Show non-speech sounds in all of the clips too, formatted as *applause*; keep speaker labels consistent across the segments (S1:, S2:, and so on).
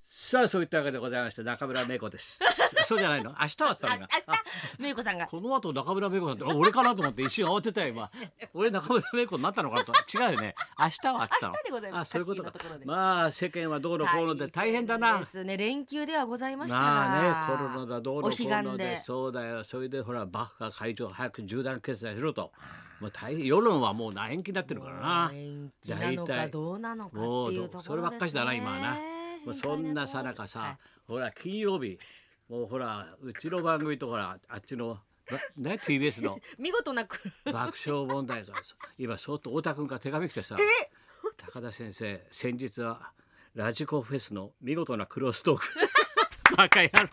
S1: さあそういったわけでございまして中村芽子です
S2: *laughs*
S1: そうじゃないの明日はさ
S2: あ
S1: ん
S2: 明
S1: が
S2: 日めいこさんが
S1: この後中村芽子さんってあ俺かなと思って一瞬慌てたよ
S2: *laughs*
S1: 今俺中村芽子になったのかなと違うよね明日は明
S2: 明日でございます
S1: あそういうこと
S2: さっ
S1: か
S2: きのところで
S1: まあ世間はどうのこうので大変だな
S2: ですね連休ではございましたが
S1: まあねコロナだどうのこ
S2: お彼岸
S1: うので
S2: で
S1: そうだよそれでほらバッハ会長早く重大決済しろともう大変世論はもうな延期になってるからな
S2: 延期なの
S1: 大
S2: か
S1: 体
S2: どうなのかって
S1: も
S2: いううところです
S1: ど
S2: ね
S1: うそればっかしだな今はな、もうそんなさなかさ、
S2: はい
S1: ほら金曜日もうほらうちの番組とほらあっちのなね TBS の
S2: 見事なく
S1: 爆笑問題がそ *laughs* 今相当太田君から手紙来てさ高田先生先日はラジコフェスの見事なクロストーク *laughs* バカ野郎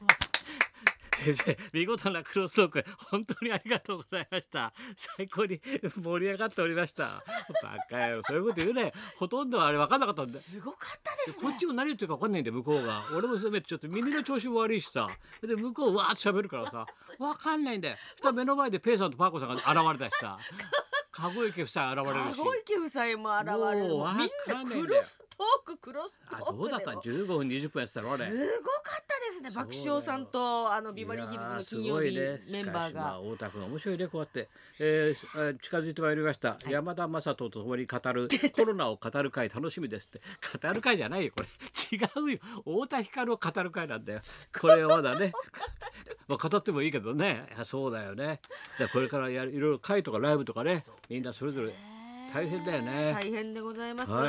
S1: 先生見事なクロストーク本当にありがとうございました最高に盛り上がっておりましたバカ野郎そういうこと言うねほとんどあれ分かんなかったんだよ
S2: すごかったです
S1: こっちも何言ってるか分かんないんだよ向こう
S2: *laughs*
S1: が俺もそれちょっと耳の調子も悪いしさで向こうわーっと喋るから
S2: *laughs*
S1: さ分かんないんだよそしたら目の前でペイさんとパーコさんが現れたし
S2: *laughs*
S1: さ籠池夫妻現れるし
S2: 籠池夫妻も現れる
S1: もう
S2: もうみん
S1: わかん
S2: な
S1: ないん
S2: ク
S1: だよ
S2: ロストーククロストー
S1: あ
S2: ク
S1: どうだった
S2: でも
S1: 15分20分やってたろあれ
S2: すごかったですね爆笑さんとあのビバリーヒルズの金曜日
S1: いやーすごいね
S2: メンバー
S1: しかしまあ
S2: が
S1: 太田君面白いねこうやって、えーえー近づいてまいりました、山田雅人と共に語
S2: *laughs*
S1: るコロナを語る会楽しみですって語る会じゃないよこれ違うよ太田光を語る会なん
S2: *laughs*
S1: だよこれはまだねまあ語ってもいいけどねいやそうだよねだからこれからやるいろいろ会とかライブとかねみんなそれぞれ大変だよね。
S2: 大変でございます
S1: は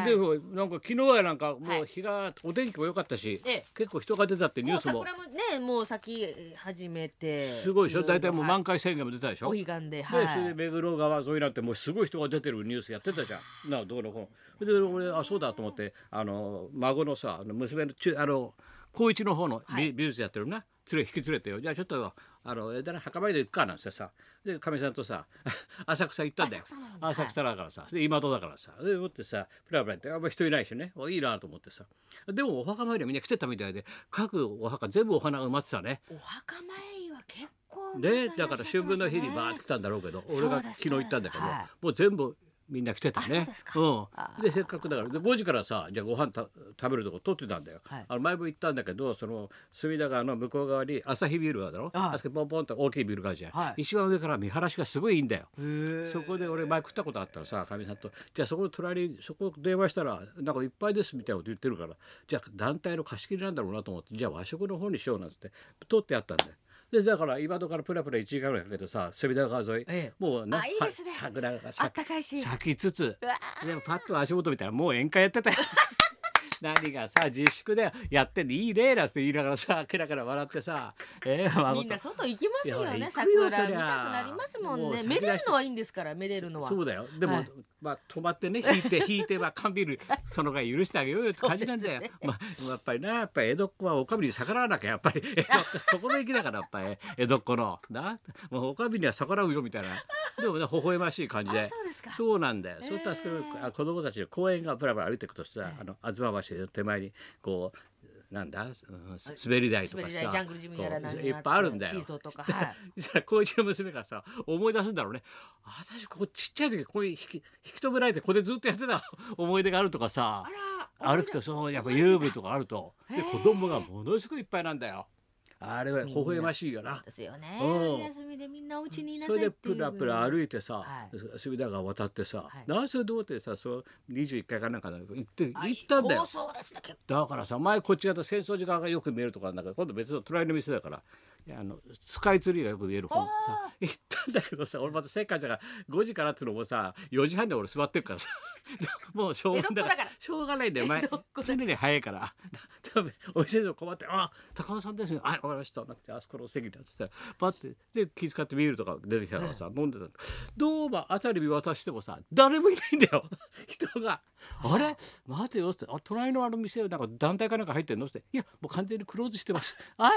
S1: い、それでなんか昨日はなんかもう日が、お天気も良かったし、
S2: ええ
S1: 結構人が出たってニュー
S2: もう
S1: スも
S2: 桜もねもう咲き始めて
S1: すごいでしょ
S2: ろろ
S1: 大体もう
S2: はい
S1: 満開宣言も出たでしょ、
S2: お彼
S1: で
S2: 岸で
S1: そ
S2: はい
S1: れで目黒川沿いなんてもうすごい人が出てるニュースやってたじゃんなあどうのこうので俺あそうだと思ってあの孫のさあの娘の中あの高一の方の美,、美術やってるな連れ引き連れてよじゃあちょっとあの枝の墓参りで行くかなんつってさでかみさんとさ *laughs* 浅草行ったんだよ
S2: 浅草なんだ
S1: 浅草だからさで今戸だからさでもってさプラプラってあんま人いないしねおいいなと思ってさでもお墓参りはみんな来てたみたいで各お墓全部お花が埋まってたね
S2: お墓参りは結構
S1: ね、だから春分の日にバーって来たんだろうけど、俺が
S2: そうです
S1: 昨日行ったんだけど、
S2: そうですはい
S1: もう全部みんな来てたね。
S2: あそうですかあ
S1: ん。でせっかくだからで5時からさじゃあご飯た食べるとこ取ってたんだよ。
S2: はい
S1: あの前も行ったんだけどその隅田川の向こう側に朝日ビールがあるだろ、
S2: はい
S1: あそこポンポンと大きいビルがあるじゃん、
S2: はい
S1: 一番上から見晴らしがすごいいいんだよ。
S2: へ
S1: そこで俺前食ったことあったらさかみさんと「じゃあそこの隣にそこ電話したらなんかいっぱいです」みたいなこと言ってるからじゃあ団体の貸し切りなんだろうなと思ってじゃあ和食の方にしようなんつって取ってあったんだよ。でだから今戸からプラプラ1時間ぐらいかけてさ隅田川沿い、
S2: ええ
S1: もう
S2: あいいですね
S1: さ桜が
S2: あ
S1: さ
S2: ったかいし
S1: 咲きつつ
S2: うわ
S1: でもパッと足元見たらもう宴会やっ
S2: *laughs*
S1: てたよ。何がさ自粛でやってんのいいねなんつって言いながらさケラケラ笑ってさええ孫と
S2: みんな外行きます
S1: い
S2: よね
S1: や行く
S2: 桜
S1: よ
S2: 見た
S1: そ
S2: く
S1: りゃ
S2: なりますもん
S1: もう
S2: ね
S1: 先
S2: め
S1: 出して
S2: でるのはいいんですからめでるのは
S1: そうだよでも、
S2: はい
S1: まあ止まってね引いて引いてまあ缶ビールそのぐらい許してあげようよって感じなんだよ、
S2: そうです
S1: まあやっぱりなやっぱり江戸っ子はおかみに逆らわなきゃやっぱり江戸っ子そこの意気だからやっぱり江戸っ子のなもうおかみには逆らうよみたいなでもね微笑ましい感じで
S2: あそうですか
S1: そうなんだよ、そういったらそこあ子供たちの公園がぶらぶら歩いていくとさ、あの東橋の手前にこうなんだ、うんす滑り台とか
S2: 滑
S1: さ
S2: り台ジャングルジムやらなん
S1: こ
S2: や
S1: う
S2: ら
S1: いっぱいあるんだよ
S2: シーソーとか
S1: *laughs*
S2: はい
S1: そしたら高一の娘がさ思い出すんだろうね私ここちっちゃい時ここに引き引き止められてここでずっとやってた *laughs* 思い出があるとかさ
S2: あら
S1: 歩くとそうやっぱ遊具とかあるとで子供がものすごいいっぱいなんだよあれは微笑ましいよな
S2: ですよね
S1: うん
S2: お休みでみんなお家にいな
S1: そ
S2: さいっ
S1: れ
S2: て
S1: で
S2: いう
S1: プラプラ歩いてさ
S2: はい
S1: 隅田川渡ってさ
S2: はい
S1: 南西道ってさそう21階かなんかの行って行ったんだよ
S2: 高層ですね結
S1: だからさ前こっち側と戦争時間がよく見えるとこなんだけど今度別の隣の店だからいやあのスカイツリーがよく見える方さ行ったんだけどさ俺またせっかちだから5時からっつうのもさ4時半で俺座ってるからさ *laughs* もうしょうがない
S2: 江戸っ子だから
S1: しょうがないんだよ前
S2: 江戸っ子だ
S1: 常に早いから多分お店でも困って「あ高尾さんですねあわかりました」なんてあそこのお席だっつったらパッてで気遣ってビールとか出てきたからさ、飲んでたのどうも辺り見渡してもさ誰もいないんだよ人が。あれ待てよってあ隣のあの店なんか団体かなんか入ってんのって「いやもう完全にクローズして *laughs* ます」あれ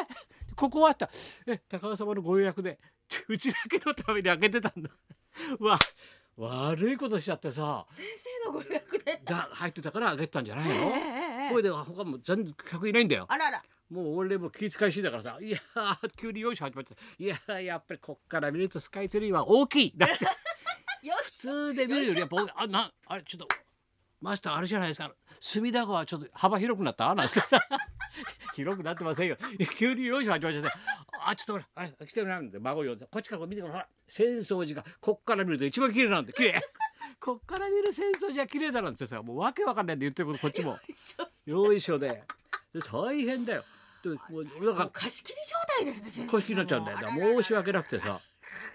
S1: ここはあったえ高尾様のご予約でうちだけのために開けてたんだ *laughs* うわ悪いことしちゃってさ
S2: 生のご予約で
S1: だ入ってたから開けてたんじゃないの、
S2: ええええ
S1: これで他も全然客いないんだよ
S2: あらら
S1: もう俺も気遣いしだからさ「いやー急に用意し始まってたいやーやっぱりこっから見るとスカイツリーは大きい」だって
S2: よ
S1: 普通で見るよりやっぱ大きいあなあれちょっとマスターあれじゃないですか隅田川ちょっと幅広くなったなんつってさ *laughs* 広くなってませんよ急によいしょ始まっちゃってあちょっとほらあれ来てもらうんで孫呼んでこっちからこう見てほら浅草寺がこっから見ると一番綺麗なんで綺麗こっから見る浅草寺は綺麗だなんつってさもうわけわかんないんで言ってることこっちもよいしょでで大変だよでもうなん
S2: もう
S1: か
S2: 貸し切り状態ですね先生
S1: 腰になっちゃうんだよだから申し訳なくてさ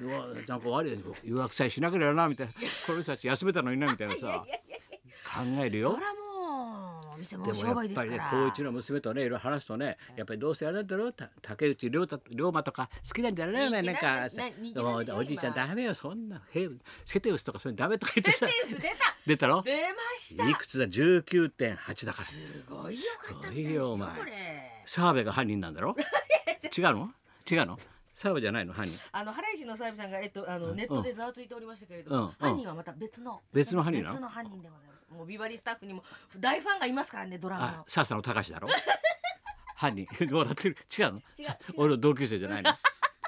S1: うわなんか悪い誘惑さえしなければなみたいなこの人たち休めたのになみたいなさ考える
S2: そ
S1: よ
S2: らもうお店
S1: で
S2: も
S1: も
S2: 商
S1: や
S2: 売
S1: っ
S2: です
S1: ぱ
S2: か
S1: り
S2: ら
S1: ね高一の娘とねいろいろ話すとねやっぱりどうせあれなんだろうた竹内涼太龍馬とか好きなんじゃないのよな
S2: 人
S1: ん
S2: 気なん
S1: か
S2: ですね人気
S1: も
S2: なんでしょ
S1: うおじいちゃん
S2: 今
S1: ダメよそんなヘルセテウスとかそういうのダメとか言ってさ
S2: センス出た
S1: 出たろ
S2: 出ました
S1: いくつだ19.8だから
S2: すごいよかったみたい
S1: す
S2: です
S1: ごいよ
S2: よ
S1: お前
S2: これ
S1: 澤部が犯人なん *laughs* だろ違うの違うの澤部じゃないの犯人
S2: あのハライチのサイブさんがえっとあのネットでざわついておりましたけれど
S1: うんうん
S2: も犯人はまた別の
S1: 別の犯人なの
S2: 別の犯人でございますもうビバリースタッフにも大ファンがいますからねドラマ
S1: あ
S2: の、
S1: ササの高橋だ
S2: *laughs*
S1: ろ犯人笑ってる違うの
S2: 違う
S1: さ
S2: 違う
S1: 俺の同級生じゃない
S2: *laughs*
S1: の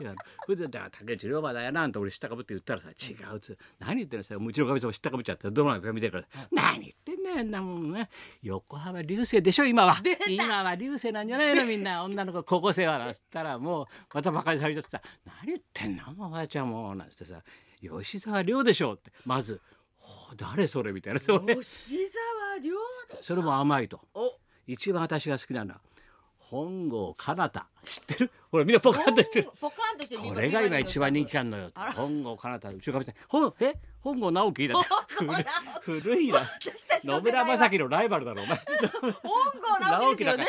S1: 違うのそれでだから竹内涼真だよなんて俺知ったかぶって言ったらさ違うっつう何言ってんのさもううちのかみさんも知ったかぶっちゃってどうなんか見てるから何言ってんねんなもんね横浜流星でしょ今は今は流星なんじゃないのみんな女の子高校生はなっつったらもうまたバカにされちゃってさ何言ってんのおばあちゃんもなんつってさ吉沢亮でしょってまずほう誰それみたいなそれ
S2: 吉沢亮
S1: それも甘いと。
S2: お
S1: 一番私が好きなのは本郷奏太知ってるほらみんなポカンとしてる
S2: ポカンとして
S1: これが今一番人気
S2: だ
S1: あんのよ本郷奏太うちのかみさん本え本郷直樹
S2: *laughs*
S1: だって *laughs* 古い古いな
S2: 私たちの
S1: 野
S2: 世代
S1: 村
S2: は
S1: 正樹のライバルだろお前
S2: 本郷直樹ですよね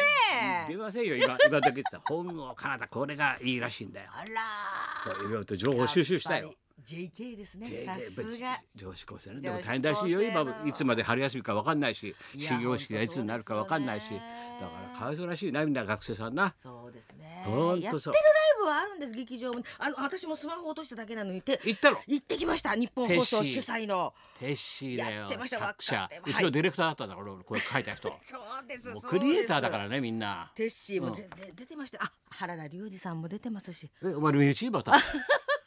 S1: 出ませんよ今今だけ言ってた本郷奏太これがいいらしいんだよ
S2: あ
S1: こう
S2: ら
S1: いろいろと情報収集したよ
S2: やっぱり JK ですね
S1: JK
S2: さすが
S1: 女子高生ねでも
S2: 女子
S1: 大変らしいよ
S2: 高生の
S1: 今いつまで春休みかわかんないし
S2: いや
S1: 始業式がいつになるかわかんないし
S2: 本当
S1: だ
S2: そうで
S1: から
S2: すよね
S1: かわいそうらしいなみんな学生さんな
S2: そうですね
S1: ほん
S2: やって
S1: と
S2: る
S1: そ
S2: ラ
S1: う
S2: イブはあるんです劇場もあの私もスマホ落としただけなのにて
S1: 行ったの
S2: 行ってきました日本放送主催の
S1: テッシーだよ
S2: やってました
S1: 作
S2: わ
S1: 者
S2: かってま
S1: う
S2: す
S1: ちのディレクターだったんだから俺これ書い *laughs* た人も
S2: そうです
S1: うクリエイターだかららねみんな
S2: テッシーもぜ、で出てましたあ原田龍二さんも出てますし
S1: えお前身内 *laughs* また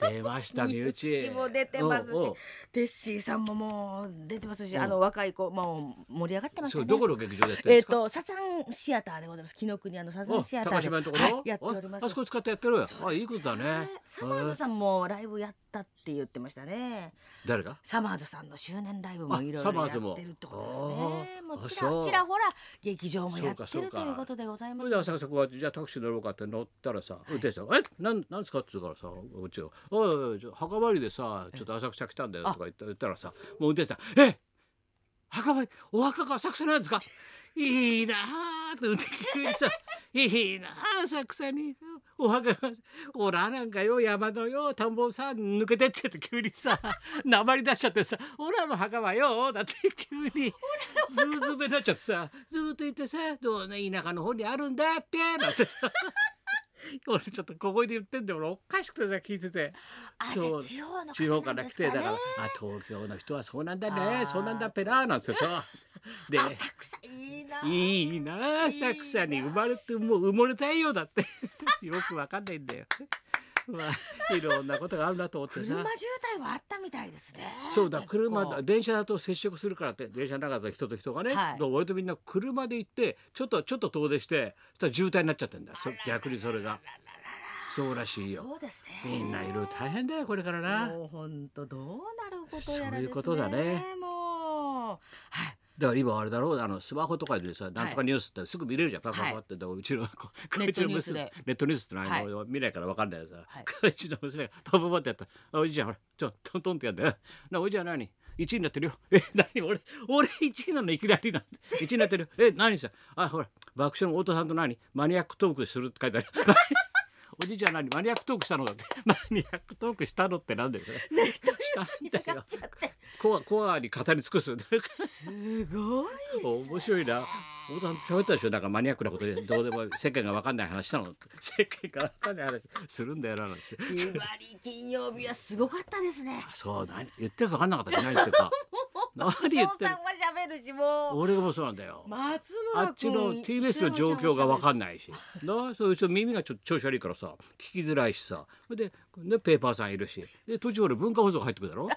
S1: 出ました身内
S2: うちも出てますし
S1: おうおう
S2: テッシーさんももう出てますし、
S1: うん
S2: あの若い子もう盛り上がってまし
S1: そ
S2: た
S1: れ
S2: ね
S1: どこの劇場でやってるん
S2: え
S1: で
S2: っ、
S1: すか
S2: とサザンシアターでございます紀ノ国屋のサザ
S1: お
S2: ンシアター
S1: 高
S2: で、
S1: 島のとこ
S2: はい
S1: ろ、
S2: やっております
S1: ああそこ使ってやってるよあいいことだね
S2: ねサマーズさんもライブやったって言ってましたね
S1: えー誰が
S2: サマーズさんの周年ライブもいろい
S1: あサ
S2: ろ
S1: マ
S2: や
S1: ーズも
S2: ってるってことですねも
S1: あー
S2: うち
S1: あそ
S2: ら
S1: う
S2: ちらほら劇場もや
S1: そ
S2: って
S1: うかそう
S2: る
S1: か
S2: ということでござい
S1: そ
S2: ま
S1: れ
S2: す
S1: で朝そこはじゃあタクシー乗ろうかって乗ったらさ運転手さんが「えなんなんですか?」って言うからさうちを「おいおいちょ墓参りでさちょっと浅草来たんだよ」とか言った言ったらさもう運転手さん「え墓参りお墓が浅草なんですか?」いいなあって運転手がさ「いいなあ浅草にお墓がおらなんかよ山のよ田んぼさ抜けてって」って急にさなまり出しちゃってさ「おらの墓はよ」だって急に。ずうずうべになっちゃってさずーっと言ってさ「どうね田舎の方にあるんだって」なんてさ俺ちょっと小声で言ってんで俺おかしくてさ聞いてて
S2: あじゃ
S1: そう
S2: あ地方の
S1: 地
S2: 方
S1: 方
S2: な
S1: か
S2: ん
S1: ら
S2: で
S1: 来
S2: す
S1: て
S2: か
S1: だから「
S2: ね
S1: あ東京の人はそうなんだね
S2: あー
S1: そうなんだペラ」なんてさ
S2: *laughs*
S1: で
S2: 浅草いいなあ
S1: いいなあ浅草に生まれてもう埋もれたいよだって *laughs* よくわかんないんだよ。 *laughs* まあいろんなことがあるなと思って
S2: 車渋
S1: さ。
S2: 滞はあったみたいですね
S1: そうだ車
S2: 結
S1: だ
S2: 構
S1: 電車だと接触するからって電車の中で人と人がね、
S2: はい
S1: だから割とみんな車で行ってちょっとちょっと遠出してそしたら渋滞になっちゃってんだよそ逆にそれがそうらしいよ
S2: そうです
S1: みん
S2: ね
S1: ないろいろ大変だよこれからな
S2: もう本当どうなることやらで
S1: そ
S2: すね
S1: ういうことだね
S2: もうはい
S1: だから今あれだろうあのスマホとかでさなんとかニュースってすぐ見れるじゃん、パパパってだからうちのこ
S2: ネットニュース
S1: 娘
S2: で
S1: ネットニュースってのは
S2: は
S1: あ
S2: い
S1: の見ないからわかんないからさ、
S2: はいう
S1: ちの娘がパパパってやったらあおじいちゃんほらちょトントンってやんだよなおじいちゃん何1位になってるよえ何俺俺1位なのいきなりなんて1位になってるえ何さあほら爆笑の太田さんと何マニアックトークするって書いてある *laughs* おじいちゃん何マニアックトークしたのだってマニアックトークしたのってなんだよそれ *laughs*
S2: ネットニュースに上がっちゃって
S1: コアコアに語り尽くす
S2: すごい
S1: 面白いな。太田さんと喋ったでしょなんかマニアックなことでどうでも世間が分かんない話したの世間が分かんない話するんだよななんて
S2: ビバリー金曜日はすごかったですね。
S1: そう何言ってるか分かんなかったじゃないですか *laughs* 何言って
S2: 翔
S1: る
S2: さんは喋るしもう。
S1: 俺もそうなんだよ
S2: 松
S1: あ
S2: 村君。
S1: っちの TBS の状況が分
S2: る。
S1: かんないしなそううちの耳がちょっと調子悪いからさ聞きづらいしさで、ね、ペーパーさんいるしで途中俺文化放送が入ってくるだろ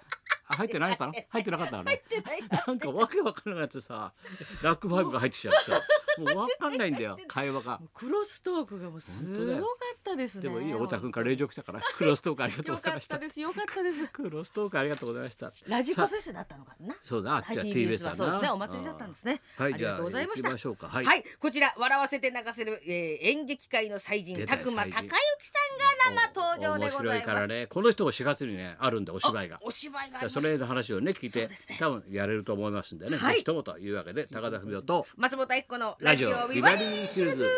S1: あ入ってないかな入ってなかったかな
S2: 入ってないな
S1: なんかわけわからなくなってさラックファイブが入ってきちゃってさもうわかんないんだよ会話が。
S2: クロストークがもうす
S1: 本当だ
S2: ごか
S1: よ
S2: ったですね
S1: でもいいよ太田君から令状来た
S2: *laughs*
S1: からクロストークありがとう
S2: よ
S1: ござい
S2: か
S1: ま
S2: っ
S1: したた。
S2: ですよかったです
S1: クロストークありがとうございました。
S2: ラジコフェスだったのかな
S1: そうだ、あっ
S2: はい
S1: ちは
S2: TBS
S1: TBS だ
S2: は
S1: な。
S2: そうですねお祭りだったんですね
S1: あーはい、
S2: あり
S1: じ
S2: が
S1: ゃあ
S2: とうございました
S1: 行きましょうか。は。
S2: はいい、こちら笑わせて泣かせる、えー、演劇界の祭人
S1: 出たよ
S2: たくま
S1: 祭
S2: 高
S1: 人
S2: 之さんが生登場でご
S1: 面
S2: ざ
S1: 白
S2: い
S1: いか
S2: ま
S1: ら
S2: す。
S1: ね、この人も4月にねあるんでお芝居が
S2: お。芝居があります
S1: それの話をね聞い
S2: そ
S1: て、
S2: うですね
S1: 多分やれると思いますんでね、
S2: はい
S1: ぜひともというわけで高田文夫と
S2: 松本一子のラ
S1: ラ
S2: ジ
S1: ジ
S2: オ
S1: オ
S2: ビ
S1: ビ
S2: バ
S1: バ
S2: リ
S1: リ
S2: ー
S1: ーヒルズ。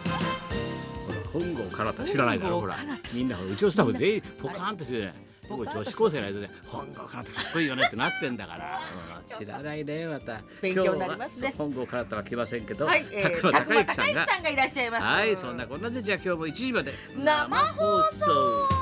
S1: ほら本郷からた知らないだろほらみんなほらうちのスタッフ全員ポカーンとしてね
S2: ポカ
S1: 僕
S2: ーンと
S1: 女子高生の間で本郷からたかっこいいよねってなってんだからうん知らないねまた
S2: 勉強になりますね
S1: 今日はそう本郷からたは来ませんけど
S2: はい、え
S1: 宅
S2: ー、た
S1: 間
S2: く
S1: 孝之
S2: ま高
S1: さ
S2: 之
S1: んが
S2: さんがいらっしゃいます。
S1: はい、そんなこんなでじゃあ今日も1時まで
S2: 生放
S1: 送